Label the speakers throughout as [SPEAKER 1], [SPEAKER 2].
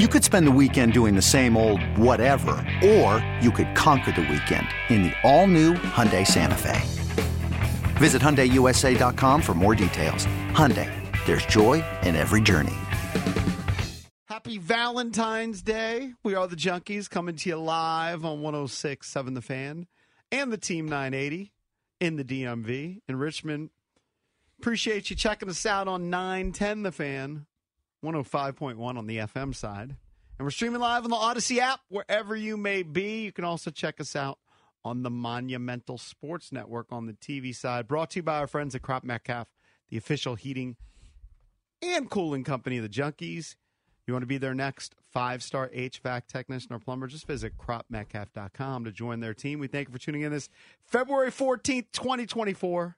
[SPEAKER 1] You could spend the weekend doing the same old whatever, or you could conquer the weekend in the all-new Hyundai Santa Fe. Visit HyundaiUSA.com for more details. Hyundai, there's joy in every journey.
[SPEAKER 2] Happy Valentine's Day. We are the Junkies coming to you live on 106.7 The Fan and the Team 980 in the DMV in Richmond. Appreciate you checking us out on 910 The Fan, 105.1 on the FM side. And we're streaming live on the Odyssey app, wherever you may be. You can also check us out on the Monumental Sports Network on the TV side. Brought to you by our friends at Crop Metcalf, the official heating and cooling company of the Junkies. You want to be their next five star HVAC technician or plumber? Just visit cropmetcalf.com to join their team. We thank you for tuning in this February 14th, 2024.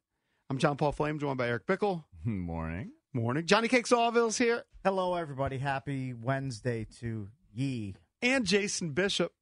[SPEAKER 2] I'm John Paul Flame, joined by Eric Bickle.
[SPEAKER 3] Morning.
[SPEAKER 2] Morning. Johnny Cakes Allville's here,
[SPEAKER 4] Hello, everybody. Happy Wednesday to ye.
[SPEAKER 2] and Jason Bishop.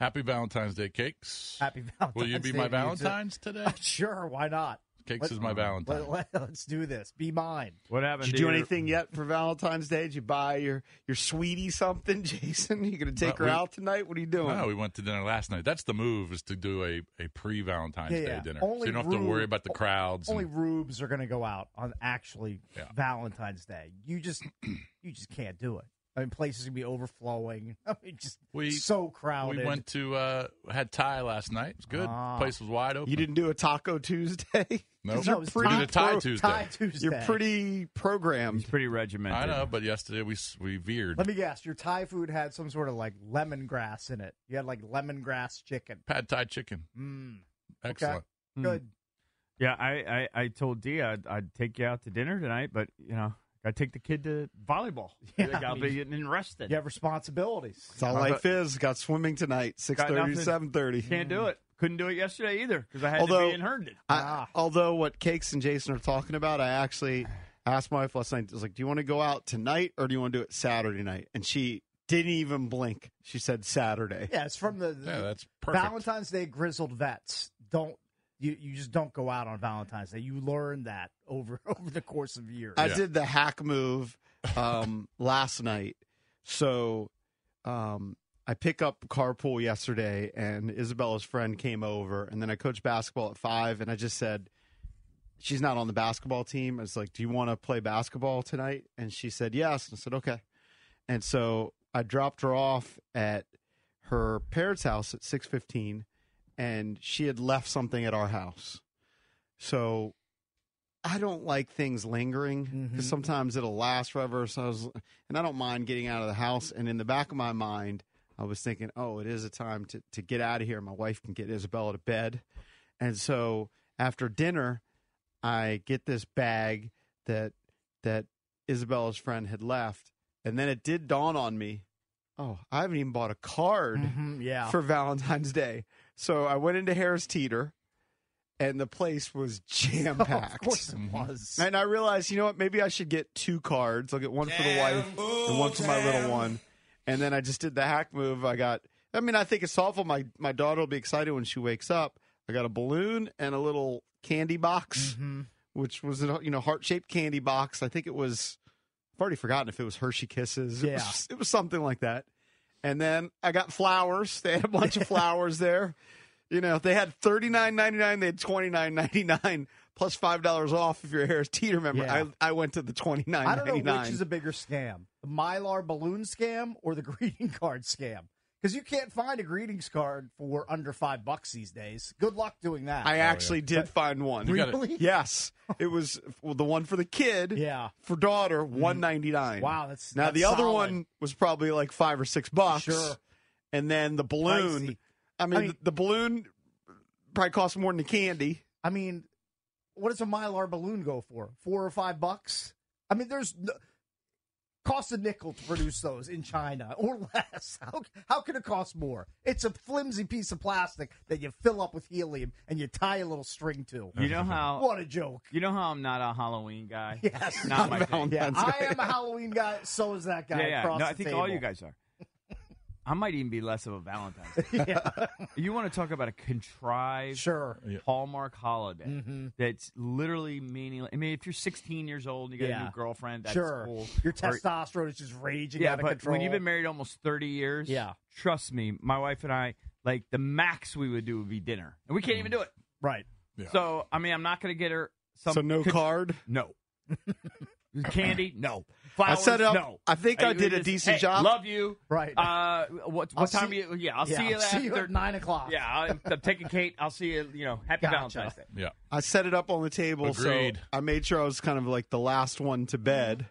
[SPEAKER 3] Happy Valentine's Day, Cakes.
[SPEAKER 4] Happy Valentine's
[SPEAKER 3] Will you be
[SPEAKER 4] Day
[SPEAKER 3] my
[SPEAKER 4] to you, too. Oh,
[SPEAKER 3] Valentine's today?
[SPEAKER 4] Sure, why not?
[SPEAKER 3] Cakes
[SPEAKER 4] Let-
[SPEAKER 3] is my Valentine.
[SPEAKER 4] Let, us do this. Be mine.
[SPEAKER 5] What happened?
[SPEAKER 2] Did you
[SPEAKER 5] to
[SPEAKER 2] do
[SPEAKER 5] your-
[SPEAKER 2] anything yet for Valentine's Day? Did you buy your, your sweetie something, Jason? You going to take
[SPEAKER 3] Uh,
[SPEAKER 2] her
[SPEAKER 3] we-
[SPEAKER 2] out tonight? What are you doing?
[SPEAKER 3] No, we went to dinner last night. That's the move is to do a, a pre Valentine's
[SPEAKER 4] Yeah,
[SPEAKER 3] Day
[SPEAKER 4] yeah.
[SPEAKER 3] dinner. so
[SPEAKER 4] Only
[SPEAKER 3] you don't have to
[SPEAKER 4] Rube-
[SPEAKER 3] worry about the crowds.
[SPEAKER 4] Only
[SPEAKER 3] and-
[SPEAKER 4] rubes are going to go out on actually
[SPEAKER 3] Yeah.
[SPEAKER 4] Valentine's Day. You just, you just can't do it. I mean, places gonna be overflowing. I mean, just
[SPEAKER 3] We-
[SPEAKER 4] so crowded.
[SPEAKER 3] we went to uh had Thai last night. It was good.
[SPEAKER 4] Ah.
[SPEAKER 3] Place was wide open.
[SPEAKER 2] you didn't do a Taco Tuesday?
[SPEAKER 3] No.
[SPEAKER 2] 'Cause
[SPEAKER 3] No,
[SPEAKER 2] you're
[SPEAKER 3] it was
[SPEAKER 2] pretty
[SPEAKER 3] We did a Thai
[SPEAKER 2] pro-
[SPEAKER 3] Tuesday.
[SPEAKER 4] Tie Tuesday.
[SPEAKER 2] You're pretty
[SPEAKER 5] He's
[SPEAKER 2] programmed.
[SPEAKER 5] pretty regimented.
[SPEAKER 3] I know, but yesterday we s- we veered.
[SPEAKER 4] Let me guess. Your Thai food had some sort of like lemongrass in it. You had like lemongrass chicken.
[SPEAKER 3] Pad Thai chicken.
[SPEAKER 4] Mm,
[SPEAKER 3] Excellent.
[SPEAKER 5] Hmm.
[SPEAKER 4] good.
[SPEAKER 5] Yeah, I, I, I told D I'd, I'd take you out to dinner tonight, but you know, I take the kid to volleyball.
[SPEAKER 4] Yeah,
[SPEAKER 5] Like,
[SPEAKER 4] I
[SPEAKER 5] I'll
[SPEAKER 4] mean,
[SPEAKER 5] be getting arrested.
[SPEAKER 4] You have responsibilities.
[SPEAKER 2] That's all
[SPEAKER 5] I
[SPEAKER 2] life
[SPEAKER 5] thought-
[SPEAKER 2] is. Got swimming tonight,
[SPEAKER 5] Got
[SPEAKER 2] 6.30
[SPEAKER 5] nothing.
[SPEAKER 2] to 7.30.
[SPEAKER 5] Can't do it. Couldn't do it yesterday either because I had
[SPEAKER 2] Although-
[SPEAKER 5] to be in Herndon.
[SPEAKER 2] I,
[SPEAKER 4] Ah.
[SPEAKER 2] Although what Cakes and Jason are talking about, I actually asked my wife last night. I was like, "Do you want to go out tonight or do you want to do it Saturday night?" And she didn't even blink. She said Saturday.
[SPEAKER 4] Yeah, it's from the,
[SPEAKER 3] Yeah, that's perfect.
[SPEAKER 4] Valentine's Day grizzled vets. Don't you, you just don't go out on Valentine's Day. You learn that over over the course of years.
[SPEAKER 2] I
[SPEAKER 3] Yeah.
[SPEAKER 2] did the hack move um, last night. So um, I pick up carpool yesterday, and Isabella's friend came over, and then I coached basketball at five, and I just said, "She's not on the basketball team." I was like, "Do you want to play basketball tonight?" And she said, "Yes." And I said, "Okay." And so I dropped her off at her parents' house at six fifteen, and she had left something at our house. So I don't like things lingering because
[SPEAKER 4] Mhm.
[SPEAKER 2] sometimes it'll last forever. So I was, and I don't mind getting out of the house. And in the back of my mind, I was thinking, oh, it is a time to, to get out of here. My wife can get Isabella to bed. And so after dinner, I get this bag that that Isabella's friend had left. And then it did dawn on me, oh, I haven't even bought a card
[SPEAKER 4] Mhm, yeah.
[SPEAKER 2] for Valentine's Day. So I went into Harris Teeter and the place was jam
[SPEAKER 4] Oh,
[SPEAKER 2] packed.
[SPEAKER 4] of course it
[SPEAKER 3] Mm-hmm.
[SPEAKER 4] was.
[SPEAKER 2] And I realized, you know what? Maybe I should get two cards. I'll get one for the wife and one for my little one. And then I just did the hack move. I got. I mean, I think it's awful. My my daughter will be excited when she wakes up. I got a balloon and a little candy box,
[SPEAKER 4] Mhm.
[SPEAKER 2] which was a you know heart shaped candy box. I think it was. I've already forgotten if it was Hershey Kisses. It
[SPEAKER 4] Yeah.
[SPEAKER 2] was, it was something like that. And then I got flowers. They had a bunch of flowers there. You know, they had thirty nine ninety nine. They had twenty nine ninety nine plus five dollars off if you're a Harris Teeter member.
[SPEAKER 4] Yeah.
[SPEAKER 2] I, I went to the twenty nine
[SPEAKER 4] I don't
[SPEAKER 2] ninety
[SPEAKER 4] know which
[SPEAKER 2] nine.
[SPEAKER 4] is a bigger scam: the Mylar balloon scam or the greeting card scam. Because you can't find a greetings card for under five bucks these days. Good luck doing that.
[SPEAKER 3] Oh,
[SPEAKER 2] I actually did find one.
[SPEAKER 3] You gotta-
[SPEAKER 4] really?
[SPEAKER 2] Yes, it was well, the one for the kid.
[SPEAKER 4] Yeah. Mm-hmm.
[SPEAKER 2] for daughter one ninety nine.
[SPEAKER 4] Wow, that's-
[SPEAKER 2] now
[SPEAKER 4] that's
[SPEAKER 2] the other
[SPEAKER 4] solid.
[SPEAKER 2] one was probably like five or six bucks.
[SPEAKER 4] Sure.
[SPEAKER 2] and then the balloon.
[SPEAKER 4] Pricey.
[SPEAKER 2] I mean,
[SPEAKER 4] I mean-
[SPEAKER 2] the, the balloon probably cost more than the candy.
[SPEAKER 4] I mean, what does a mylar balloon go for? Four or five bucks? I mean, there's no, Costs a nickel to produce those in China or less. How, how could it cost more? It's a flimsy piece of plastic that you fill up with helium and you tie a little string to.
[SPEAKER 5] You know how
[SPEAKER 4] What a joke.
[SPEAKER 5] you know how I'm not a Halloween guy.
[SPEAKER 4] Yes.
[SPEAKER 5] not my thing.
[SPEAKER 4] Yeah, I am a Halloween guy. So is that guy.
[SPEAKER 5] Yeah, yeah.
[SPEAKER 4] across
[SPEAKER 5] No, I
[SPEAKER 4] the
[SPEAKER 5] think
[SPEAKER 4] table.
[SPEAKER 5] all you guys are. I might even be less of a Valentine's. Day. You want to talk about a contrived
[SPEAKER 4] Sure. Mm-hmm.
[SPEAKER 5] hallmark holiday that's literally meaningless. I mean, if you're 16 years old and you got a
[SPEAKER 4] Yeah.
[SPEAKER 5] new girlfriend, that's
[SPEAKER 4] sure.
[SPEAKER 5] cool.
[SPEAKER 4] Your
[SPEAKER 5] Or-
[SPEAKER 4] testosterone is just raging
[SPEAKER 5] yeah,
[SPEAKER 4] out of
[SPEAKER 5] but
[SPEAKER 4] control.
[SPEAKER 5] when you've been married almost 30 years,
[SPEAKER 4] Yeah.
[SPEAKER 5] trust me, my wife and I, like the max we would do would be dinner, and we can't even do it.
[SPEAKER 4] right.
[SPEAKER 3] Yeah.
[SPEAKER 5] So, I mean, I'm not going to get her some
[SPEAKER 2] So no
[SPEAKER 5] con-
[SPEAKER 2] card.
[SPEAKER 5] no. Candy, no.
[SPEAKER 2] I
[SPEAKER 5] Flowers,
[SPEAKER 2] set it up.
[SPEAKER 5] no.
[SPEAKER 2] I think I
[SPEAKER 5] Hey,
[SPEAKER 2] did a
[SPEAKER 5] just,
[SPEAKER 2] decent
[SPEAKER 5] hey,
[SPEAKER 2] job.
[SPEAKER 5] Love you.
[SPEAKER 4] Right.
[SPEAKER 5] Uh, what
[SPEAKER 4] I'll
[SPEAKER 5] what time
[SPEAKER 4] see-
[SPEAKER 5] are you? Yeah, I'll
[SPEAKER 4] Yeah,
[SPEAKER 5] see you
[SPEAKER 4] I'll see you
[SPEAKER 5] after
[SPEAKER 4] at nine o'clock.
[SPEAKER 5] Yeah, I'm, I'm taking Kate. I'll see you. You know, happy
[SPEAKER 4] Gotcha.
[SPEAKER 5] Valentine's Day.
[SPEAKER 3] Yeah.
[SPEAKER 2] I set it up on the table,
[SPEAKER 3] Agreed.
[SPEAKER 2] so I made sure I was kind of like the last one to bed.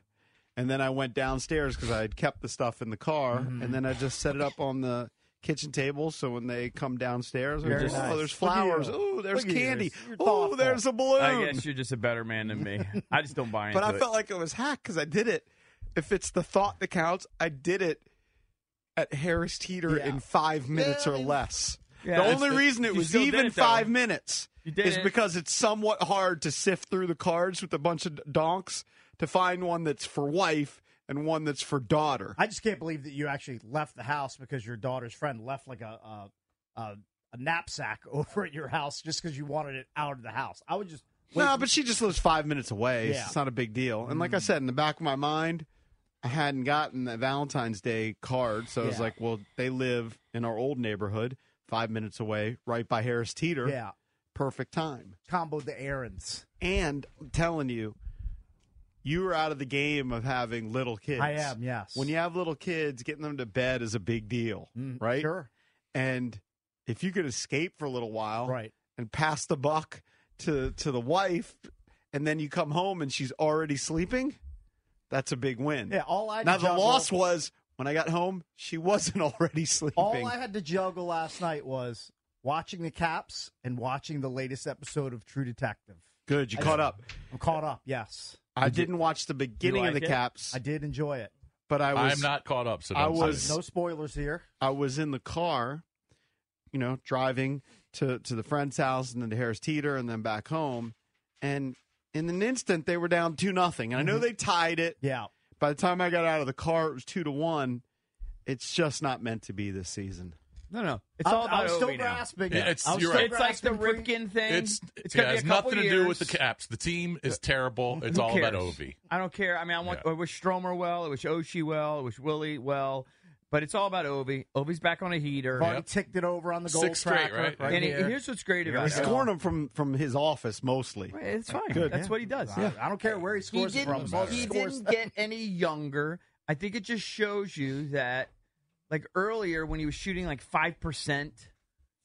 [SPEAKER 2] And then I went downstairs because I had kept the stuff in the car,
[SPEAKER 4] Mm-hmm.
[SPEAKER 2] and then I just set it up on the kitchen table. So when they come downstairs, they're
[SPEAKER 4] Very
[SPEAKER 2] just,
[SPEAKER 4] nice.
[SPEAKER 2] oh, there's
[SPEAKER 4] Look at you.
[SPEAKER 2] flowers. Oh, there's
[SPEAKER 4] Look at you.
[SPEAKER 2] candy.
[SPEAKER 4] You're
[SPEAKER 2] Oh,
[SPEAKER 4] thoughtful.
[SPEAKER 2] there's a balloon.
[SPEAKER 5] I guess you're just a better man than me. I just don't buy into
[SPEAKER 2] but I
[SPEAKER 5] it.
[SPEAKER 2] felt like it was hacked because I did it. If it's the thought that counts, I did it at Harris Teeter
[SPEAKER 4] Yeah.
[SPEAKER 2] in five minutes
[SPEAKER 4] I
[SPEAKER 2] or
[SPEAKER 4] mean-
[SPEAKER 2] less.
[SPEAKER 5] Yeah,
[SPEAKER 2] the
[SPEAKER 5] that's
[SPEAKER 2] only
[SPEAKER 5] the-
[SPEAKER 2] reason it
[SPEAKER 5] you
[SPEAKER 2] was
[SPEAKER 5] still did
[SPEAKER 2] even
[SPEAKER 5] it, though.
[SPEAKER 2] five minutes
[SPEAKER 5] You did
[SPEAKER 2] is
[SPEAKER 5] it.
[SPEAKER 2] because it's somewhat hard to sift through the cards with a bunch of donks to find one that's for wife and one that's for daughter.
[SPEAKER 4] I just can't believe that you actually left the house because your daughter's friend left like a a, a, a knapsack over at your house just because you wanted it out of the house. I would just
[SPEAKER 2] No, but she just lives five minutes away. so
[SPEAKER 4] Yeah. Mm.
[SPEAKER 2] It's not a big deal. And like I said, in the back of my mind, I hadn't gotten that Valentine's Day card. So I was
[SPEAKER 4] Yeah.
[SPEAKER 2] like, well, they live in our old neighborhood, five minutes away, right by Harris Teeter.
[SPEAKER 4] yeah
[SPEAKER 2] Perfect time.
[SPEAKER 4] combo the errands.
[SPEAKER 2] And I'm telling you, you were out of the game of having little kids.
[SPEAKER 4] I am yes.
[SPEAKER 2] When you have little kids, getting them to bed is a big deal,
[SPEAKER 4] Mm,
[SPEAKER 2] right?
[SPEAKER 4] sure
[SPEAKER 2] And if you could escape for a little while,
[SPEAKER 4] right
[SPEAKER 2] and pass the buck to to the wife, and then you come home and she's already sleeping. That's a big win.
[SPEAKER 4] yeah all I had
[SPEAKER 2] now
[SPEAKER 4] to
[SPEAKER 2] the
[SPEAKER 4] juggle-
[SPEAKER 2] loss was when I got home, she wasn't already sleeping.
[SPEAKER 4] all I had to juggle last night was watching the Caps and watching the latest episode of True Detective.
[SPEAKER 2] Good, you
[SPEAKER 4] I-
[SPEAKER 2] caught up.
[SPEAKER 4] I'm caught up. Yes,
[SPEAKER 2] I didn't watch the beginning of
[SPEAKER 5] like
[SPEAKER 2] the
[SPEAKER 5] it?
[SPEAKER 2] Caps,
[SPEAKER 4] I did enjoy it.
[SPEAKER 2] but I was
[SPEAKER 3] I'm not caught up. So
[SPEAKER 2] I
[SPEAKER 3] don't say
[SPEAKER 2] was-
[SPEAKER 3] it.
[SPEAKER 4] No spoilers here.
[SPEAKER 2] I was in the car, you know, driving to to the friend's house and then to Harris Teeter and then back home, and in an instant they were down two nothing. And I know they tied it.
[SPEAKER 4] Mm-hmm. Yeah.
[SPEAKER 2] By the time I got out of the car, it was two to one. It's just not meant to be this season.
[SPEAKER 5] no, no. It's all
[SPEAKER 4] I'm-
[SPEAKER 5] about
[SPEAKER 4] I'm still
[SPEAKER 5] Obi now.
[SPEAKER 4] grasping.
[SPEAKER 3] Yeah,
[SPEAKER 4] it.
[SPEAKER 3] it's-
[SPEAKER 4] I'm
[SPEAKER 3] you're
[SPEAKER 4] still
[SPEAKER 3] right.
[SPEAKER 5] It's like the
[SPEAKER 4] grasping pre-
[SPEAKER 5] Ripken thing.
[SPEAKER 3] It's,
[SPEAKER 5] it's
[SPEAKER 3] yeah,
[SPEAKER 5] gonna
[SPEAKER 3] it
[SPEAKER 5] be a
[SPEAKER 3] has
[SPEAKER 5] couple
[SPEAKER 3] nothing to do
[SPEAKER 5] years.
[SPEAKER 3] with the Caps. The team is terrible. It's
[SPEAKER 5] Who
[SPEAKER 3] all about
[SPEAKER 5] cares?
[SPEAKER 3] Ovi.
[SPEAKER 5] I don't care. I mean, I want.
[SPEAKER 3] Yeah.
[SPEAKER 5] I wish Stromer well. I wish Oshie well. I wish Willie well. But it's all about Ovi. Ovi's back on a heater.
[SPEAKER 4] I've already
[SPEAKER 3] Yep.
[SPEAKER 4] ticked it over on the goal
[SPEAKER 3] Six straight,
[SPEAKER 4] tracker.
[SPEAKER 3] right?
[SPEAKER 5] and he-
[SPEAKER 4] here.
[SPEAKER 5] here's what's great
[SPEAKER 4] Here
[SPEAKER 5] about
[SPEAKER 4] we
[SPEAKER 2] He's
[SPEAKER 5] it.
[SPEAKER 4] Yeah.
[SPEAKER 2] scoring them from from his office mostly.
[SPEAKER 5] It's fine.
[SPEAKER 2] Good.
[SPEAKER 5] That's
[SPEAKER 2] Yeah.
[SPEAKER 5] what he does.
[SPEAKER 4] I- I don't care where he
[SPEAKER 5] He
[SPEAKER 4] scores it from.
[SPEAKER 5] didn't,
[SPEAKER 4] as long as
[SPEAKER 5] he
[SPEAKER 4] scores-
[SPEAKER 5] didn't get any younger. I think it just shows you that, like earlier when he was shooting like five percent,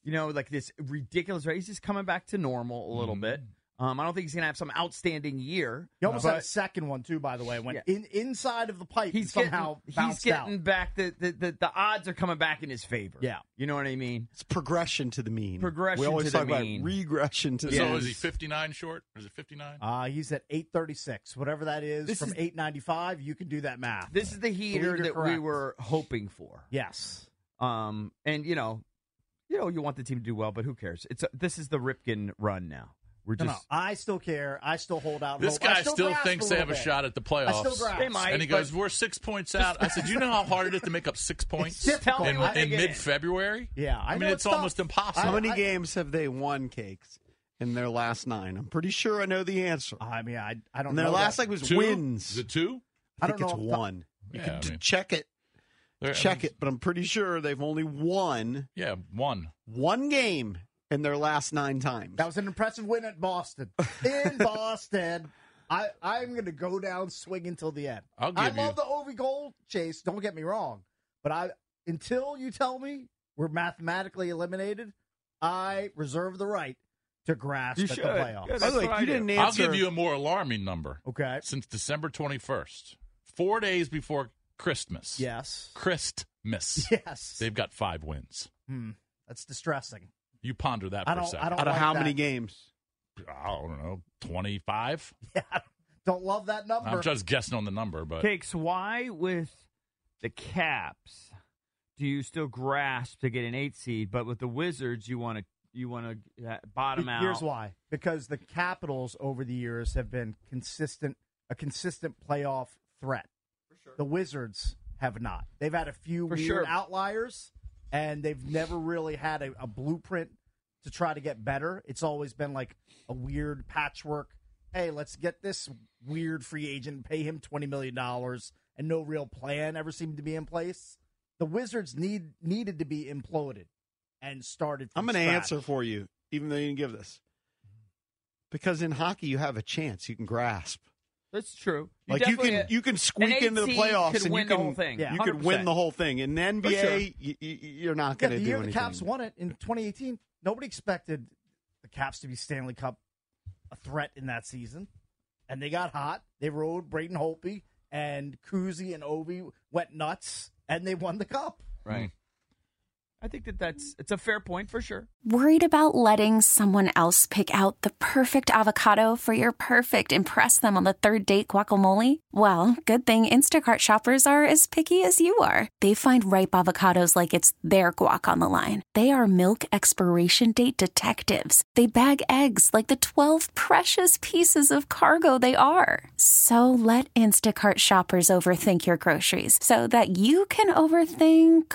[SPEAKER 5] you know, like this ridiculous rate. He's just coming back to normal a little
[SPEAKER 3] Mm-hmm.
[SPEAKER 5] bit. Um, I don't think he's gonna have some outstanding year.
[SPEAKER 4] He almost had a
[SPEAKER 5] but
[SPEAKER 4] second one too, by the way. Went
[SPEAKER 5] Yeah.
[SPEAKER 4] in inside of the pipe. and
[SPEAKER 5] He's
[SPEAKER 4] somehow
[SPEAKER 5] getting, he's
[SPEAKER 4] bounced
[SPEAKER 5] getting
[SPEAKER 4] out.
[SPEAKER 5] back. The, the the the odds are coming back in his favor.
[SPEAKER 4] Yeah.
[SPEAKER 5] you know what I mean.
[SPEAKER 2] It's progression to the mean.
[SPEAKER 5] Progression
[SPEAKER 2] We always
[SPEAKER 5] to the
[SPEAKER 2] talk about
[SPEAKER 5] mean.
[SPEAKER 2] regression to the
[SPEAKER 3] So
[SPEAKER 2] mean.
[SPEAKER 3] is he 59 short? Is it 59?
[SPEAKER 4] Uh, he's at eight thirty six, whatever that is,
[SPEAKER 5] This
[SPEAKER 4] from
[SPEAKER 5] is-
[SPEAKER 4] eight ninety five. You can do that math.
[SPEAKER 5] This is the heater
[SPEAKER 4] you're
[SPEAKER 5] that we
[SPEAKER 4] correct.
[SPEAKER 5] were hoping for.
[SPEAKER 4] yes,
[SPEAKER 5] Um, and you know, you know, you want the team to do well, but who cares? It's this is the Ripken run now. We're
[SPEAKER 4] no,
[SPEAKER 5] just
[SPEAKER 4] no, I still care. I still hold out.
[SPEAKER 3] This
[SPEAKER 4] hope.
[SPEAKER 3] guy
[SPEAKER 4] I still,
[SPEAKER 3] still,
[SPEAKER 4] grasp
[SPEAKER 3] thinks they
[SPEAKER 4] little
[SPEAKER 3] have a
[SPEAKER 4] bit.
[SPEAKER 3] shot at the playoffs.
[SPEAKER 4] I still grasp.
[SPEAKER 5] They might.
[SPEAKER 3] and he
[SPEAKER 5] but-
[SPEAKER 3] goes, "We're six points out." I said, "You know how hard it is to make up six points
[SPEAKER 5] Just tell me
[SPEAKER 3] in,
[SPEAKER 5] when they
[SPEAKER 3] in
[SPEAKER 5] get in.
[SPEAKER 3] mid-February?"
[SPEAKER 4] Yeah, I
[SPEAKER 3] I, mean
[SPEAKER 4] know
[SPEAKER 3] it's,
[SPEAKER 4] it's tough.
[SPEAKER 3] almost
[SPEAKER 2] How
[SPEAKER 3] impossible.
[SPEAKER 2] many
[SPEAKER 4] I-
[SPEAKER 2] games have they won, Cakes, in their last nine? I'm pretty sure I know the answer.
[SPEAKER 4] I mean, I, I don't
[SPEAKER 2] And their
[SPEAKER 4] know.
[SPEAKER 2] last
[SPEAKER 4] that-
[SPEAKER 2] like was
[SPEAKER 3] two
[SPEAKER 2] wins.
[SPEAKER 3] Is it two?
[SPEAKER 4] I
[SPEAKER 2] I,
[SPEAKER 4] don't
[SPEAKER 2] think
[SPEAKER 4] know
[SPEAKER 2] it's
[SPEAKER 4] if the-
[SPEAKER 2] one.
[SPEAKER 3] Yeah,
[SPEAKER 2] you can
[SPEAKER 3] I
[SPEAKER 2] t-
[SPEAKER 3] mean-
[SPEAKER 2] check it,
[SPEAKER 3] They're-
[SPEAKER 2] check it. But I'm pretty sure they've only won
[SPEAKER 3] Yeah, one.
[SPEAKER 2] one game in their last nine times.
[SPEAKER 4] That was an impressive win at Boston. In Boston, I I'm going to go down swinging till the end.
[SPEAKER 3] I'll
[SPEAKER 4] I
[SPEAKER 3] give you-
[SPEAKER 4] love the Ovi goal chase. Don't get me wrong, but I until you tell me we're mathematically eliminated, I reserve the right to grasp
[SPEAKER 5] You
[SPEAKER 4] at
[SPEAKER 5] should.
[SPEAKER 4] the playoffs.
[SPEAKER 5] Yeah,
[SPEAKER 2] By
[SPEAKER 5] that's
[SPEAKER 2] the way,
[SPEAKER 5] what I
[SPEAKER 2] you
[SPEAKER 5] do.
[SPEAKER 2] didn't
[SPEAKER 3] I'll
[SPEAKER 2] answer.
[SPEAKER 3] give you a more alarming number.
[SPEAKER 4] Okay.
[SPEAKER 3] Since December 21st, four days before Christmas.
[SPEAKER 4] Yes.
[SPEAKER 3] Christmas.
[SPEAKER 4] Yes.
[SPEAKER 3] They've got five wins.
[SPEAKER 4] Hmm. That's distressing.
[SPEAKER 3] You ponder that
[SPEAKER 4] I
[SPEAKER 3] for a
[SPEAKER 4] don't-
[SPEAKER 3] second.
[SPEAKER 4] I don't-
[SPEAKER 2] out of
[SPEAKER 4] like
[SPEAKER 2] how many
[SPEAKER 4] that.
[SPEAKER 2] games?
[SPEAKER 3] I don't know, 25?
[SPEAKER 4] Yeah. Don't love that number.
[SPEAKER 3] I'm just guessing on the number, but
[SPEAKER 5] Cakes, why with the Caps do you still grasp to get an eight seed, but with the Wizards you want to you want to uh, bottom out?
[SPEAKER 4] Here's why: because the Capitals over the years have been consistent, a consistent playoff threat. The Wizards have not. They've had a few
[SPEAKER 5] For
[SPEAKER 4] weird
[SPEAKER 5] sure.
[SPEAKER 4] outliers, and they've never really had a, a blueprint to try to get better. It's always been like a weird patchwork. Hey, let's get this weird free agent, pay him twenty million dollars, and no real plan ever seemed to be in place. The Wizards need needed to be imploded and started. From
[SPEAKER 2] I'm going to
[SPEAKER 4] scratch.
[SPEAKER 2] answer for you, even though you didn't give this. Because in hockey, you have a chance you can grasp.
[SPEAKER 5] That's true.
[SPEAKER 2] Like you can
[SPEAKER 5] definitely-
[SPEAKER 2] you can squeak
[SPEAKER 5] an
[SPEAKER 2] into the
[SPEAKER 5] 18
[SPEAKER 2] playoffs
[SPEAKER 5] could
[SPEAKER 2] and
[SPEAKER 5] win
[SPEAKER 2] you
[SPEAKER 5] the
[SPEAKER 2] can
[SPEAKER 5] whole thing.
[SPEAKER 2] you
[SPEAKER 5] Yeah.
[SPEAKER 2] could win
[SPEAKER 5] 100%.
[SPEAKER 2] the whole thing. In NBA,
[SPEAKER 5] sure.
[SPEAKER 2] you, you're not
[SPEAKER 4] Yeah,
[SPEAKER 2] going
[SPEAKER 4] the
[SPEAKER 2] to
[SPEAKER 4] year
[SPEAKER 2] do anything.
[SPEAKER 4] the Caps won it in 2018, nobody expected the Caps to be Stanley Cup a threat in that season, and they got hot. They rode Braden Holtby and Kuzi and Ovi went nuts, and they won the cup.
[SPEAKER 3] hmm.
[SPEAKER 5] right. I think that that's it's a fair point for sure.
[SPEAKER 6] Worried about letting someone else pick out the perfect avocado for your perfect impress them on the third date guacamole? Well, good thing Instacart shoppers are as picky as you are. They find ripe avocados like it's their guac on the line. They are milk expiration date detectives. They bag eggs like the 12 precious pieces of cargo they are. So let Instacart shoppers overthink your groceries so that you can overthink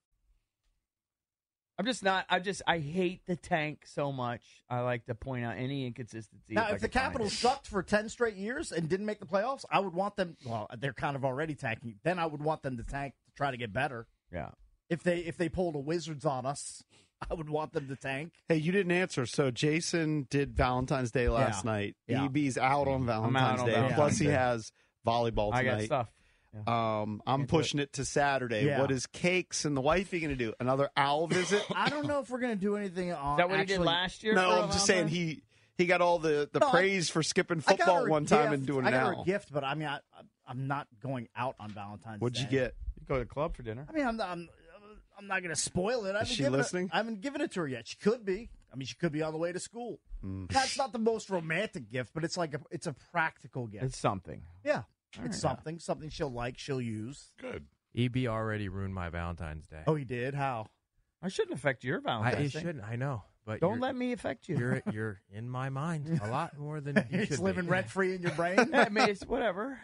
[SPEAKER 5] I'm just not. I just I hate the tank so much. I like to point out any inconsistency.
[SPEAKER 4] Now,
[SPEAKER 5] I
[SPEAKER 4] if the
[SPEAKER 5] can find
[SPEAKER 4] Capitals
[SPEAKER 5] it.
[SPEAKER 4] sucked for 10 straight years and didn't make the playoffs, I would want them, well, they're kind of already tanking. Then I would want them to tank to try to get better.
[SPEAKER 5] yeah,
[SPEAKER 4] If they if they pulled a Wizards on us, I would want them to tank.
[SPEAKER 2] Hey, you didn't answer. So Jason did Valentine's Day last night.
[SPEAKER 4] Yeah.
[SPEAKER 2] EB's out on Valentine's
[SPEAKER 5] on
[SPEAKER 2] Day.
[SPEAKER 5] Valentine's
[SPEAKER 2] Plus, he
[SPEAKER 5] Day.
[SPEAKER 2] has volleyball
[SPEAKER 5] I
[SPEAKER 2] tonight.
[SPEAKER 5] got stuff.
[SPEAKER 2] Um, I'm
[SPEAKER 5] Can't do
[SPEAKER 2] pushing it. to Saturday.
[SPEAKER 4] Yeah.
[SPEAKER 2] What is Cakes and the wifey going to do? Another owl visit?
[SPEAKER 4] I don't know if we're going to do anything on
[SPEAKER 5] Is that what he did
[SPEAKER 4] actually-
[SPEAKER 5] last year?
[SPEAKER 2] no,
[SPEAKER 5] for
[SPEAKER 2] I'm just saying
[SPEAKER 5] Alhambra?
[SPEAKER 2] he he got all the, the
[SPEAKER 4] No, I-
[SPEAKER 2] praise for skipping
[SPEAKER 4] I got her
[SPEAKER 2] football
[SPEAKER 4] a
[SPEAKER 2] one time
[SPEAKER 4] gift.
[SPEAKER 2] and doing
[SPEAKER 4] I
[SPEAKER 2] an
[SPEAKER 4] got her
[SPEAKER 2] owl.
[SPEAKER 4] a gift, but I mean, I, I'm not going out on Valentine's.
[SPEAKER 2] What'd you
[SPEAKER 4] Day.
[SPEAKER 2] get?
[SPEAKER 5] You go to the club for dinner.
[SPEAKER 4] I mean, I'm I'm, I'm not going to spoil it. I haven't
[SPEAKER 2] she
[SPEAKER 4] given it-
[SPEAKER 2] listening?
[SPEAKER 4] I haven't given it to her yet. She could be. I mean, she could be on the way to school.
[SPEAKER 2] Mm.
[SPEAKER 4] That's not the most romantic gift, but it's like a, it's a practical gift.
[SPEAKER 5] It's something.
[SPEAKER 4] yeah, it's
[SPEAKER 5] All right.
[SPEAKER 4] something, something she'll like, she'll use.
[SPEAKER 3] good.
[SPEAKER 7] EB E already ruined my Valentine's Day.
[SPEAKER 4] Oh, he did. How?
[SPEAKER 5] I shouldn't affect your
[SPEAKER 7] I, it
[SPEAKER 5] Valentine's. Day.
[SPEAKER 7] shouldn't. I know, but
[SPEAKER 5] Don't
[SPEAKER 7] you're-
[SPEAKER 5] let me affect you.
[SPEAKER 7] You're you're in my mind a lot more than you should
[SPEAKER 4] It's
[SPEAKER 7] be.
[SPEAKER 4] living rent free in your brain.
[SPEAKER 5] I mean, it's whatever.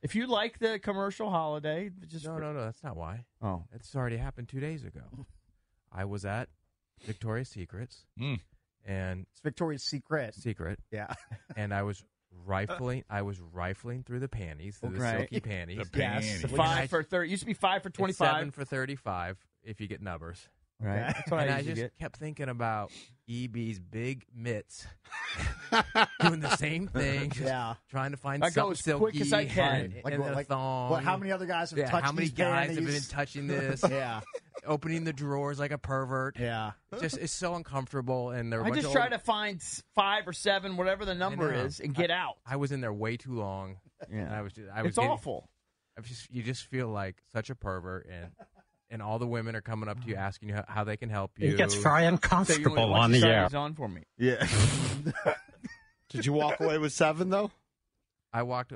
[SPEAKER 5] If you like the commercial holiday, just
[SPEAKER 7] No, no, no. That's not why.
[SPEAKER 5] Oh,
[SPEAKER 7] That's already happened two days ago. I was at Victoria's Secrets
[SPEAKER 3] Mm.
[SPEAKER 7] and
[SPEAKER 4] It's Victoria's Secret.
[SPEAKER 7] Secret,
[SPEAKER 4] Yeah,
[SPEAKER 7] and I was rifling. I was rifling through the panties, through the
[SPEAKER 5] Right.
[SPEAKER 7] silky panties.
[SPEAKER 3] The Yes. panties.
[SPEAKER 7] When
[SPEAKER 5] five
[SPEAKER 7] I-
[SPEAKER 5] for thirty. Used to be five for
[SPEAKER 7] it's seven
[SPEAKER 5] twenty-five.
[SPEAKER 7] for thirty-five if you get numbers.
[SPEAKER 5] Right.
[SPEAKER 4] Okay.
[SPEAKER 5] That's what
[SPEAKER 7] and
[SPEAKER 5] I,
[SPEAKER 7] I
[SPEAKER 5] usually
[SPEAKER 7] just
[SPEAKER 5] get.
[SPEAKER 7] kept thinking about EB's big mitts doing the same thing, just
[SPEAKER 4] Yeah.
[SPEAKER 7] trying to find
[SPEAKER 5] I
[SPEAKER 7] something
[SPEAKER 5] go as quick
[SPEAKER 7] silky
[SPEAKER 5] as I can.
[SPEAKER 7] and,
[SPEAKER 4] Like
[SPEAKER 7] and
[SPEAKER 4] what-
[SPEAKER 7] a
[SPEAKER 4] like
[SPEAKER 7] thong.
[SPEAKER 4] What, how many other guys have
[SPEAKER 7] yeah,
[SPEAKER 4] touched
[SPEAKER 7] how many
[SPEAKER 4] these
[SPEAKER 7] guys have been
[SPEAKER 4] panties?
[SPEAKER 7] touching this?
[SPEAKER 4] yeah,
[SPEAKER 7] Opening the drawers like a pervert.
[SPEAKER 4] yeah.
[SPEAKER 7] Just it's so uncomfortable, and there. were a
[SPEAKER 5] I
[SPEAKER 7] bunch
[SPEAKER 5] just
[SPEAKER 7] of
[SPEAKER 5] try
[SPEAKER 7] old-
[SPEAKER 5] to find s- five or seven, whatever the number
[SPEAKER 7] know.
[SPEAKER 5] is, and get out.
[SPEAKER 7] I was in there way too long. And I was just, I was
[SPEAKER 5] it's
[SPEAKER 7] getting-
[SPEAKER 5] awful.
[SPEAKER 7] I was just, you just feel like such a pervert, and and all the women are coming up to you
[SPEAKER 3] Mm-hmm.
[SPEAKER 7] asking you how, how they can help you.
[SPEAKER 8] It gets very
[SPEAKER 5] So you
[SPEAKER 8] uncomfortable
[SPEAKER 5] only
[SPEAKER 8] on
[SPEAKER 5] watch
[SPEAKER 8] the air.
[SPEAKER 5] Saturdays on for me.
[SPEAKER 2] Yeah. Did you walk away with seven though?
[SPEAKER 7] I walked.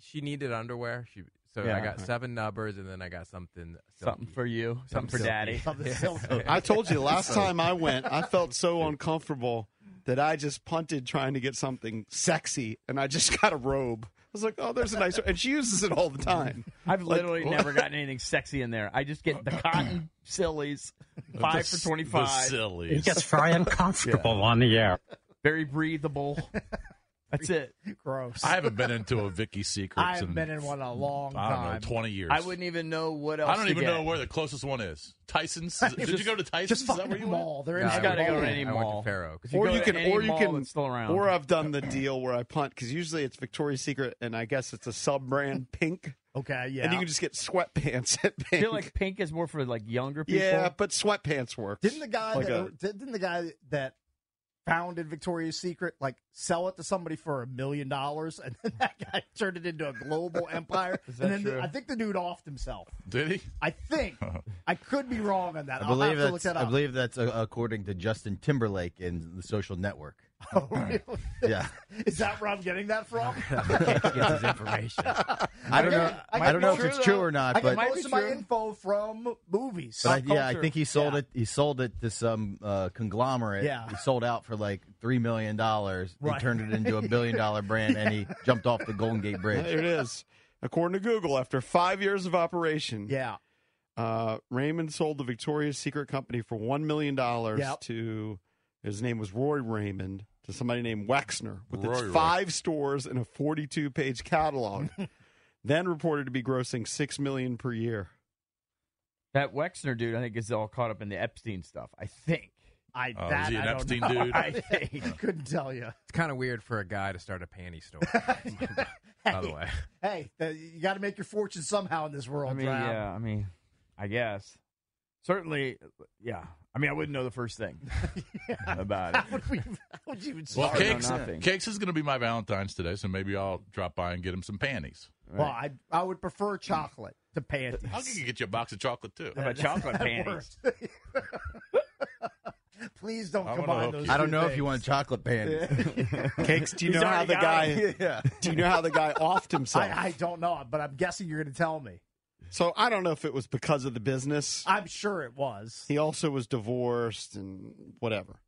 [SPEAKER 7] She needed underwear. She so I
[SPEAKER 5] Yeah.
[SPEAKER 7] got seven nubbers, and then I got something.
[SPEAKER 5] Something
[SPEAKER 7] silky.
[SPEAKER 5] for you, something for
[SPEAKER 7] silky.
[SPEAKER 5] daddy.
[SPEAKER 4] Something silky.
[SPEAKER 2] I told you last time I went, I felt so uncomfortable that I just punted trying to get something sexy, and I just got a robe. I was like, "Oh, there's a nice," and she uses it all the time.
[SPEAKER 5] I've
[SPEAKER 2] Like,
[SPEAKER 5] literally
[SPEAKER 2] what?
[SPEAKER 5] never gotten anything sexy in there. I just get the cotton sillies,
[SPEAKER 3] The
[SPEAKER 5] five
[SPEAKER 3] s-
[SPEAKER 5] for twenty five,
[SPEAKER 3] The
[SPEAKER 8] It
[SPEAKER 3] sillies.
[SPEAKER 8] gets very uncomfortable on the air.
[SPEAKER 5] very breathable. That's it.
[SPEAKER 4] Gross.
[SPEAKER 3] I haven't been into a Vicky Secrets.
[SPEAKER 4] I haven't
[SPEAKER 3] in,
[SPEAKER 4] been in one in a long
[SPEAKER 3] I don't know,
[SPEAKER 4] time.
[SPEAKER 3] twenty years.
[SPEAKER 5] I wouldn't even know what else.
[SPEAKER 3] I don't
[SPEAKER 5] to
[SPEAKER 3] even
[SPEAKER 5] get.
[SPEAKER 3] know where the closest one is. Tyson's. Did you go to Tyson's?
[SPEAKER 4] Just
[SPEAKER 3] Is that
[SPEAKER 4] fucking
[SPEAKER 3] where you went?
[SPEAKER 4] mall. They're in
[SPEAKER 7] No,
[SPEAKER 5] Just
[SPEAKER 7] I
[SPEAKER 4] that
[SPEAKER 5] gotta
[SPEAKER 7] went-
[SPEAKER 5] go
[SPEAKER 4] mall.
[SPEAKER 5] to any
[SPEAKER 7] I went
[SPEAKER 5] mall.
[SPEAKER 7] to Pharaoh 'cause
[SPEAKER 2] or
[SPEAKER 5] go
[SPEAKER 2] you
[SPEAKER 5] to
[SPEAKER 2] can,
[SPEAKER 5] any
[SPEAKER 2] or you
[SPEAKER 5] mall
[SPEAKER 2] can,
[SPEAKER 5] that's still around.
[SPEAKER 2] or I've done the deal where I punt because usually it's Victoria's Secret, and I guess it's a sub brand Pink,
[SPEAKER 4] Okay, yeah.
[SPEAKER 2] and you can just get sweatpants at
[SPEAKER 5] I
[SPEAKER 2] Pink.
[SPEAKER 5] feel like pink is more for like younger people.
[SPEAKER 2] yeah, but sweatpants works.
[SPEAKER 4] didn't the guy
[SPEAKER 2] Like
[SPEAKER 4] that,
[SPEAKER 2] a-
[SPEAKER 4] didn't the guy that founded Victoria's Secret like sell it to somebody for a million dollars, and then that guy turned it into a global empire?
[SPEAKER 5] Is that
[SPEAKER 4] and then the-
[SPEAKER 5] true?
[SPEAKER 4] I think the dude offed himself.
[SPEAKER 3] Did he?
[SPEAKER 4] I think I could be wrong on that.
[SPEAKER 9] I
[SPEAKER 4] will
[SPEAKER 9] believe
[SPEAKER 4] have to look
[SPEAKER 9] that's
[SPEAKER 4] that up.
[SPEAKER 9] I believe that's uh, according to Justin Timberlake in the Social Network.
[SPEAKER 4] Oh, really?
[SPEAKER 9] Yeah,
[SPEAKER 4] Is that where I'm getting that from?
[SPEAKER 7] Gets his information.
[SPEAKER 9] I don't know.
[SPEAKER 4] I
[SPEAKER 9] I,
[SPEAKER 4] get
[SPEAKER 9] don't know
[SPEAKER 4] most-
[SPEAKER 9] if it's true or
[SPEAKER 4] I
[SPEAKER 9] not,
[SPEAKER 4] get
[SPEAKER 9] but,
[SPEAKER 5] might
[SPEAKER 4] most
[SPEAKER 5] be
[SPEAKER 4] of my
[SPEAKER 5] true.
[SPEAKER 4] info from movies.
[SPEAKER 9] but I,
[SPEAKER 5] pop
[SPEAKER 9] yeah, I
[SPEAKER 5] culture.
[SPEAKER 9] think he sold
[SPEAKER 4] Yeah.
[SPEAKER 9] it. He sold it to some uh, conglomerate.
[SPEAKER 4] Yeah.
[SPEAKER 9] he sold out for like three million dollars.
[SPEAKER 4] Right.
[SPEAKER 9] He turned it into a billion dollar brand, and he jumped off the Golden Gate
[SPEAKER 2] there
[SPEAKER 9] Bridge.
[SPEAKER 2] it is. According to Google, after five years of operation,
[SPEAKER 4] yeah,
[SPEAKER 2] uh, Raymond sold the Victoria's Secret company for one million dollars
[SPEAKER 4] Yep.
[SPEAKER 2] to his name was Roy Raymond to somebody named Wexner with
[SPEAKER 3] Roy,
[SPEAKER 2] its
[SPEAKER 3] Roy.
[SPEAKER 2] five stores and a forty-two page catalog. then reported to be grossing six million per year.
[SPEAKER 5] That Wexner dude, I think, is all caught up in the Epstein stuff. I think.
[SPEAKER 4] I
[SPEAKER 3] Oh,
[SPEAKER 4] that
[SPEAKER 3] is he an
[SPEAKER 4] I don't
[SPEAKER 3] Epstein
[SPEAKER 4] know.
[SPEAKER 3] dude?
[SPEAKER 4] I think. couldn't tell you.
[SPEAKER 7] It's kind of weird for a guy to start a panty store. by the way,
[SPEAKER 4] Hey, th- you got to make your fortune somehow in this world.
[SPEAKER 5] I mean,
[SPEAKER 4] Brown.
[SPEAKER 5] yeah. I mean, I guess. Certainly, yeah. I mean, I wouldn't know the first thing about it.
[SPEAKER 4] How would we? How would you even
[SPEAKER 3] Well,
[SPEAKER 4] start?
[SPEAKER 5] Sorry, no,
[SPEAKER 3] cakes,
[SPEAKER 5] nothing.
[SPEAKER 3] cakes is going to be my Valentine's today, so maybe I'll drop by and get him some panties.
[SPEAKER 4] Well, I I would prefer chocolate to
[SPEAKER 3] I think
[SPEAKER 4] panties.
[SPEAKER 3] you get you a box of chocolate too.
[SPEAKER 5] How about chocolate panties?
[SPEAKER 4] Worse. Please don't
[SPEAKER 3] I wanna
[SPEAKER 4] combine
[SPEAKER 3] hook
[SPEAKER 4] those.
[SPEAKER 3] you.
[SPEAKER 9] I
[SPEAKER 4] two
[SPEAKER 9] don't know if you
[SPEAKER 4] things.
[SPEAKER 9] want chocolate panties.
[SPEAKER 2] Cakes, do you
[SPEAKER 5] He's
[SPEAKER 2] know how
[SPEAKER 5] already
[SPEAKER 2] the
[SPEAKER 5] got
[SPEAKER 2] guy?
[SPEAKER 9] yeah.
[SPEAKER 2] Do you know how the guy offed himself?
[SPEAKER 4] I, I don't know, but I'm guessing you're going to tell me.
[SPEAKER 2] so I don't know if it was because of the business.
[SPEAKER 4] I'm sure it was.
[SPEAKER 2] He also was divorced and whatever.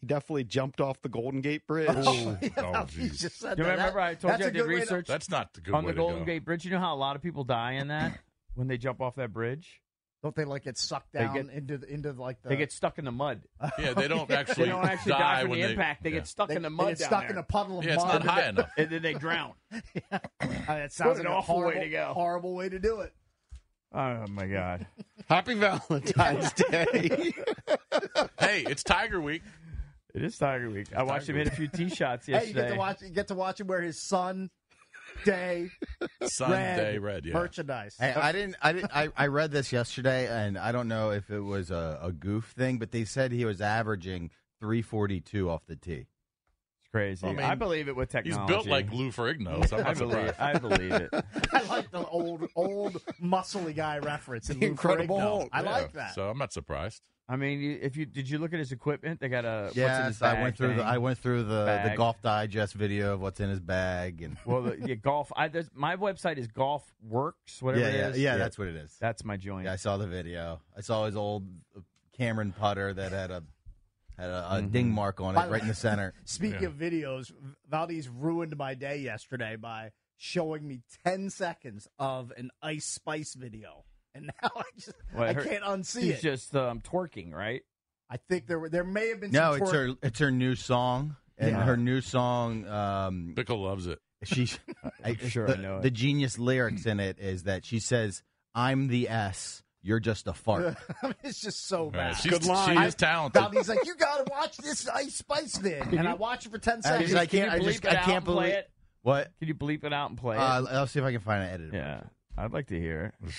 [SPEAKER 2] He definitely jumped off the Golden Gate Bridge.
[SPEAKER 3] Oh,
[SPEAKER 4] He
[SPEAKER 3] jeez.
[SPEAKER 4] just said
[SPEAKER 5] You
[SPEAKER 4] that.
[SPEAKER 5] remember I told
[SPEAKER 4] That's
[SPEAKER 5] you
[SPEAKER 4] a
[SPEAKER 5] I did
[SPEAKER 4] good way to-
[SPEAKER 5] research
[SPEAKER 3] That's not the good
[SPEAKER 5] on
[SPEAKER 3] way
[SPEAKER 5] the Golden
[SPEAKER 3] to go.
[SPEAKER 5] Gate Bridge. You know how a lot of people die in that when they jump off that bridge?
[SPEAKER 4] Don't they like get sucked
[SPEAKER 5] They
[SPEAKER 4] down
[SPEAKER 5] get-
[SPEAKER 4] into the, into like the
[SPEAKER 5] They get stuck in the mud.
[SPEAKER 3] Yeah, they don't actually,
[SPEAKER 5] They don't actually die,
[SPEAKER 3] die
[SPEAKER 5] from
[SPEAKER 3] when
[SPEAKER 5] the
[SPEAKER 3] they,
[SPEAKER 5] impact. They
[SPEAKER 3] yeah.
[SPEAKER 5] get stuck
[SPEAKER 4] they,
[SPEAKER 5] in the
[SPEAKER 4] they
[SPEAKER 5] mud.
[SPEAKER 4] get
[SPEAKER 5] down
[SPEAKER 4] stuck
[SPEAKER 5] there.
[SPEAKER 4] in a puddle of
[SPEAKER 3] Yeah, it's
[SPEAKER 4] mud.
[SPEAKER 3] not high enough.
[SPEAKER 5] and then they drown.
[SPEAKER 4] Uh, that sounds
[SPEAKER 5] What an
[SPEAKER 4] like a
[SPEAKER 5] awful way
[SPEAKER 4] horrible,
[SPEAKER 5] to go.
[SPEAKER 4] Horrible way to do it.
[SPEAKER 5] Oh my god!
[SPEAKER 2] Happy Valentine's Day.
[SPEAKER 3] Hey, it's Tiger Week.
[SPEAKER 5] It is Tiger Week. I watched him hit a few tee shots
[SPEAKER 4] Hey, you get to
[SPEAKER 5] yesterday.
[SPEAKER 4] watch you get to watch him wear his sun day
[SPEAKER 3] Sunday red, yeah.
[SPEAKER 4] merchandise.
[SPEAKER 9] Hey, I didn't. I didn't. I, I read this yesterday, and I don't know if it was a, a goof thing, but they said he was averaging 342 off the tee.
[SPEAKER 5] It's crazy. I,
[SPEAKER 3] I mean,
[SPEAKER 5] believe it with
[SPEAKER 3] He's
[SPEAKER 5] technology.
[SPEAKER 3] built like Lou Ferrigno, so I'm
[SPEAKER 5] I
[SPEAKER 3] not
[SPEAKER 5] believe.
[SPEAKER 3] surprised.
[SPEAKER 5] I believe it.
[SPEAKER 4] I like the old old muscly guy reference in
[SPEAKER 2] The
[SPEAKER 4] Lou
[SPEAKER 2] Incredible
[SPEAKER 4] Ferrigno.
[SPEAKER 2] Hulk,
[SPEAKER 4] I
[SPEAKER 3] Yeah,
[SPEAKER 4] like that.
[SPEAKER 3] So I'm not surprised.
[SPEAKER 5] I mean, you- if you did, you look at his equipment. They got a what's in
[SPEAKER 9] Yes,
[SPEAKER 5] his bag
[SPEAKER 9] I went through. The,
[SPEAKER 5] thing.
[SPEAKER 9] I went through the, the
[SPEAKER 5] Bag.
[SPEAKER 9] golf digest video of what's in his bag, and
[SPEAKER 5] well, the, yeah, golf. I, there's, my website is Golf Works. Whatever
[SPEAKER 9] yeah,
[SPEAKER 5] it
[SPEAKER 9] yeah,
[SPEAKER 5] is.
[SPEAKER 9] yeah, that's what it is.
[SPEAKER 5] That's my joint.
[SPEAKER 9] Yeah, I saw the video. I saw his old uh, Cameron putter that had a had a,
[SPEAKER 5] Mm-hmm.
[SPEAKER 9] a ding mark on
[SPEAKER 4] By
[SPEAKER 9] it
[SPEAKER 4] the
[SPEAKER 9] right in
[SPEAKER 4] way-
[SPEAKER 9] the center.
[SPEAKER 4] Speaking
[SPEAKER 3] Yeah.
[SPEAKER 4] of videos, Valdez ruined my day yesterday by showing me ten seconds of an Ice Spice video, and now I just
[SPEAKER 5] Well,
[SPEAKER 4] I
[SPEAKER 5] her-
[SPEAKER 4] can't unsee
[SPEAKER 5] He's
[SPEAKER 4] it.
[SPEAKER 5] just um, twerking, right?
[SPEAKER 4] I think there were there may have been
[SPEAKER 9] No,
[SPEAKER 4] some
[SPEAKER 9] it's
[SPEAKER 4] twerk-
[SPEAKER 9] her. It's her new song, and
[SPEAKER 4] Yeah.
[SPEAKER 9] her new song. Um,
[SPEAKER 3] Bickle loves it.
[SPEAKER 9] She,
[SPEAKER 5] I'm sure I
[SPEAKER 9] the,
[SPEAKER 5] know it.
[SPEAKER 9] the genius lyrics in it is that she says, "I'm the S, You're just a fart.
[SPEAKER 4] I mean, it's just so
[SPEAKER 9] Yeah,
[SPEAKER 4] bad.
[SPEAKER 9] she's- Good line. she is talented.
[SPEAKER 4] He's like, you gotta watch this Ice Spice thing, and I watch it for ten
[SPEAKER 9] I
[SPEAKER 4] seconds.
[SPEAKER 9] just- I can't. I
[SPEAKER 5] bleep
[SPEAKER 9] just.
[SPEAKER 5] it
[SPEAKER 9] I
[SPEAKER 5] out
[SPEAKER 9] can't
[SPEAKER 5] and play
[SPEAKER 9] believe
[SPEAKER 5] it?
[SPEAKER 9] What?
[SPEAKER 5] Can you bleep it out and play
[SPEAKER 9] Uh,
[SPEAKER 5] it?
[SPEAKER 9] I'll see if I can find an edited.
[SPEAKER 5] Yeah, I'd like to hear it.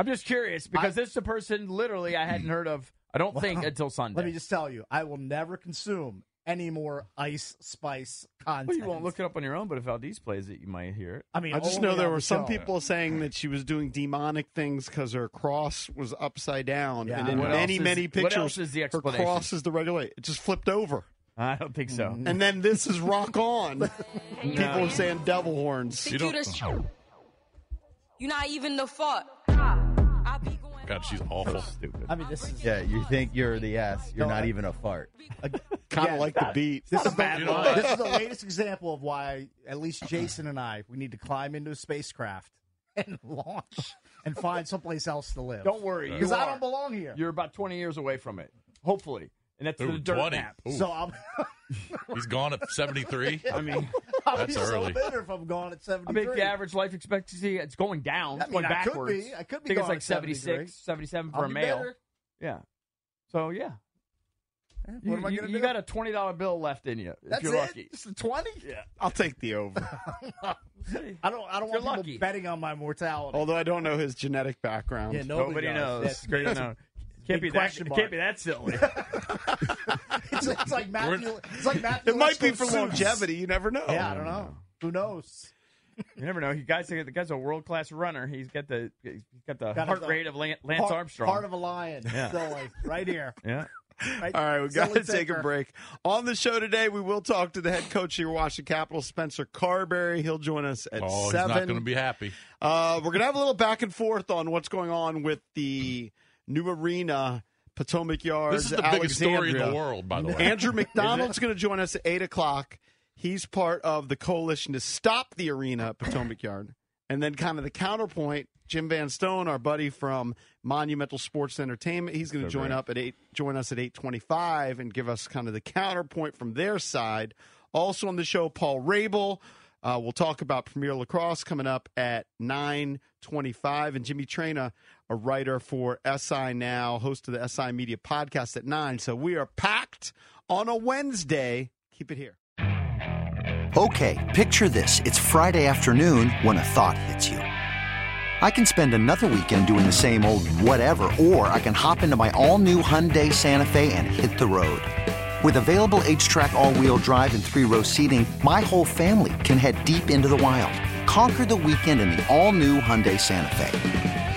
[SPEAKER 5] I'm just curious because this is a person literally I hadn't heard of. I don't think until Sunday.
[SPEAKER 4] Let me just tell you, I will never consume any more Ice Spice content.
[SPEAKER 5] Well, you won't look it up on your own, but if Aldis plays it, you might hear it.
[SPEAKER 4] I mean,
[SPEAKER 2] I just know there were some people saying that she was doing demonic things because her cross was upside down,
[SPEAKER 5] Yeah.
[SPEAKER 2] and in
[SPEAKER 5] What
[SPEAKER 2] many
[SPEAKER 5] else is-
[SPEAKER 2] many
[SPEAKER 5] what
[SPEAKER 2] pictures,
[SPEAKER 5] else is the
[SPEAKER 2] her
[SPEAKER 5] explanation?
[SPEAKER 2] cross is the regular. It just flipped over,
[SPEAKER 5] I don't think so.
[SPEAKER 2] and then this is rock on. People are saying devil horns.
[SPEAKER 10] Think you the sh- You're not even the fuck.
[SPEAKER 3] God, she's awful.
[SPEAKER 9] Stupid.
[SPEAKER 4] I mean, this is
[SPEAKER 9] Yeah, you think you're the ass. You're not even a fart.
[SPEAKER 2] Kind of like the beat.
[SPEAKER 4] This is,
[SPEAKER 9] bad
[SPEAKER 4] the,
[SPEAKER 9] line.
[SPEAKER 4] this is the latest example of why at least Jason and I we need to climb into a spacecraft and launch and find someplace else to live.
[SPEAKER 5] Uh, Don't worry,
[SPEAKER 4] because
[SPEAKER 5] you
[SPEAKER 4] I
[SPEAKER 5] are.
[SPEAKER 4] don't belong here.
[SPEAKER 5] You're about 20 years away from it, hopefully, and that's
[SPEAKER 3] Ooh,
[SPEAKER 5] the dirt
[SPEAKER 3] 20.
[SPEAKER 5] nap.
[SPEAKER 3] Ooh.
[SPEAKER 4] So I'm,
[SPEAKER 3] He's gone at 73.
[SPEAKER 5] I mean,
[SPEAKER 4] I'll
[SPEAKER 3] That's
[SPEAKER 4] be
[SPEAKER 3] early.
[SPEAKER 4] so bitter if I'm gone at
[SPEAKER 5] I
[SPEAKER 4] 73.
[SPEAKER 5] think the average life expectancy it's going down,
[SPEAKER 4] I
[SPEAKER 5] it's going
[SPEAKER 4] mean, I could
[SPEAKER 5] backwards.
[SPEAKER 4] be- I could be
[SPEAKER 5] think
[SPEAKER 4] gone
[SPEAKER 5] it's like
[SPEAKER 4] at 73.
[SPEAKER 5] 77 for
[SPEAKER 4] I'll
[SPEAKER 5] a
[SPEAKER 4] be
[SPEAKER 5] male.
[SPEAKER 4] better.
[SPEAKER 5] Yeah. So yeah, you,
[SPEAKER 4] am I
[SPEAKER 5] you-
[SPEAKER 4] gonna
[SPEAKER 5] you
[SPEAKER 4] do?
[SPEAKER 5] got a twenty dollar bill left in you if
[SPEAKER 4] That's
[SPEAKER 5] you're
[SPEAKER 4] it.
[SPEAKER 5] lucky.
[SPEAKER 4] Just the 20. Yeah.
[SPEAKER 2] I'll take the over.
[SPEAKER 4] I don't. I don't
[SPEAKER 5] You're
[SPEAKER 4] want people
[SPEAKER 5] lucky.
[SPEAKER 4] betting on my mortality.
[SPEAKER 2] Although I don't know his genetic background.
[SPEAKER 4] Yeah, nobody Nobody does. knows. That's- Great that's to a know.
[SPEAKER 5] Can't
[SPEAKER 4] big
[SPEAKER 5] be that.
[SPEAKER 4] question
[SPEAKER 5] It
[SPEAKER 4] mark.
[SPEAKER 5] can't be that silly.
[SPEAKER 4] It's, it's like Matthew. It's like Matthew.
[SPEAKER 2] It might be
[SPEAKER 4] Lynch
[SPEAKER 2] for
[SPEAKER 4] with suits.
[SPEAKER 2] longevity. You never know.
[SPEAKER 4] Yeah, I don't know. Who knows?
[SPEAKER 5] you never know. He guys, the guy's a world class runner. He's got the he's got the
[SPEAKER 4] Got
[SPEAKER 5] heart
[SPEAKER 4] the
[SPEAKER 5] rate of Lan- Lance
[SPEAKER 4] Heart-
[SPEAKER 5] Armstrong.
[SPEAKER 4] Heart of a lion.
[SPEAKER 5] Yeah.
[SPEAKER 4] Still like right here.
[SPEAKER 5] yeah.
[SPEAKER 4] Right?
[SPEAKER 2] All right, we
[SPEAKER 4] Still
[SPEAKER 2] got to
[SPEAKER 4] in
[SPEAKER 2] take a
[SPEAKER 4] Denver.
[SPEAKER 2] break. On the show today, we will talk to the head coach of your Washington Capitals, Spencer Carberry. He'll join us at
[SPEAKER 3] Oh, he's
[SPEAKER 2] seven.
[SPEAKER 3] not going to be happy.
[SPEAKER 2] Uh, we're going to have a little back and forth on what's going on with the new arena, Potomac Yards.
[SPEAKER 3] This is the biggest story in the
[SPEAKER 2] Alexandria.
[SPEAKER 3] world, by the way.
[SPEAKER 2] Andrew McDonald's going to join us at 8 o'clock. He's part of the coalition to stop the arena at Potomac Yard. And then, kind of the counterpoint, Jim Van Stone, our buddy from Monumental Sports Entertainment, he's going to join up at eight, join us at eight twenty-five, and give us kind of the counterpoint from their side. Also on the show, Paul Rabel. Uh, we'll talk about Premier Lacrosse coming up at nine twenty-five, and Jimmy Traina, a writer for SI Now, host of the SI Media podcast at nine. So we are packed on a Wednesday. Keep it here.
[SPEAKER 1] Okay, picture this. It's Friday afternoon when a thought hits you. I can spend another weekend doing the same old whatever, or I can hop into my all new Hyundai Santa Fe and hit the road. With available H track, all wheel drive, and three row seating, my whole family can head deep into the wild. Conquer the weekend in the all new Hyundai Santa Fe.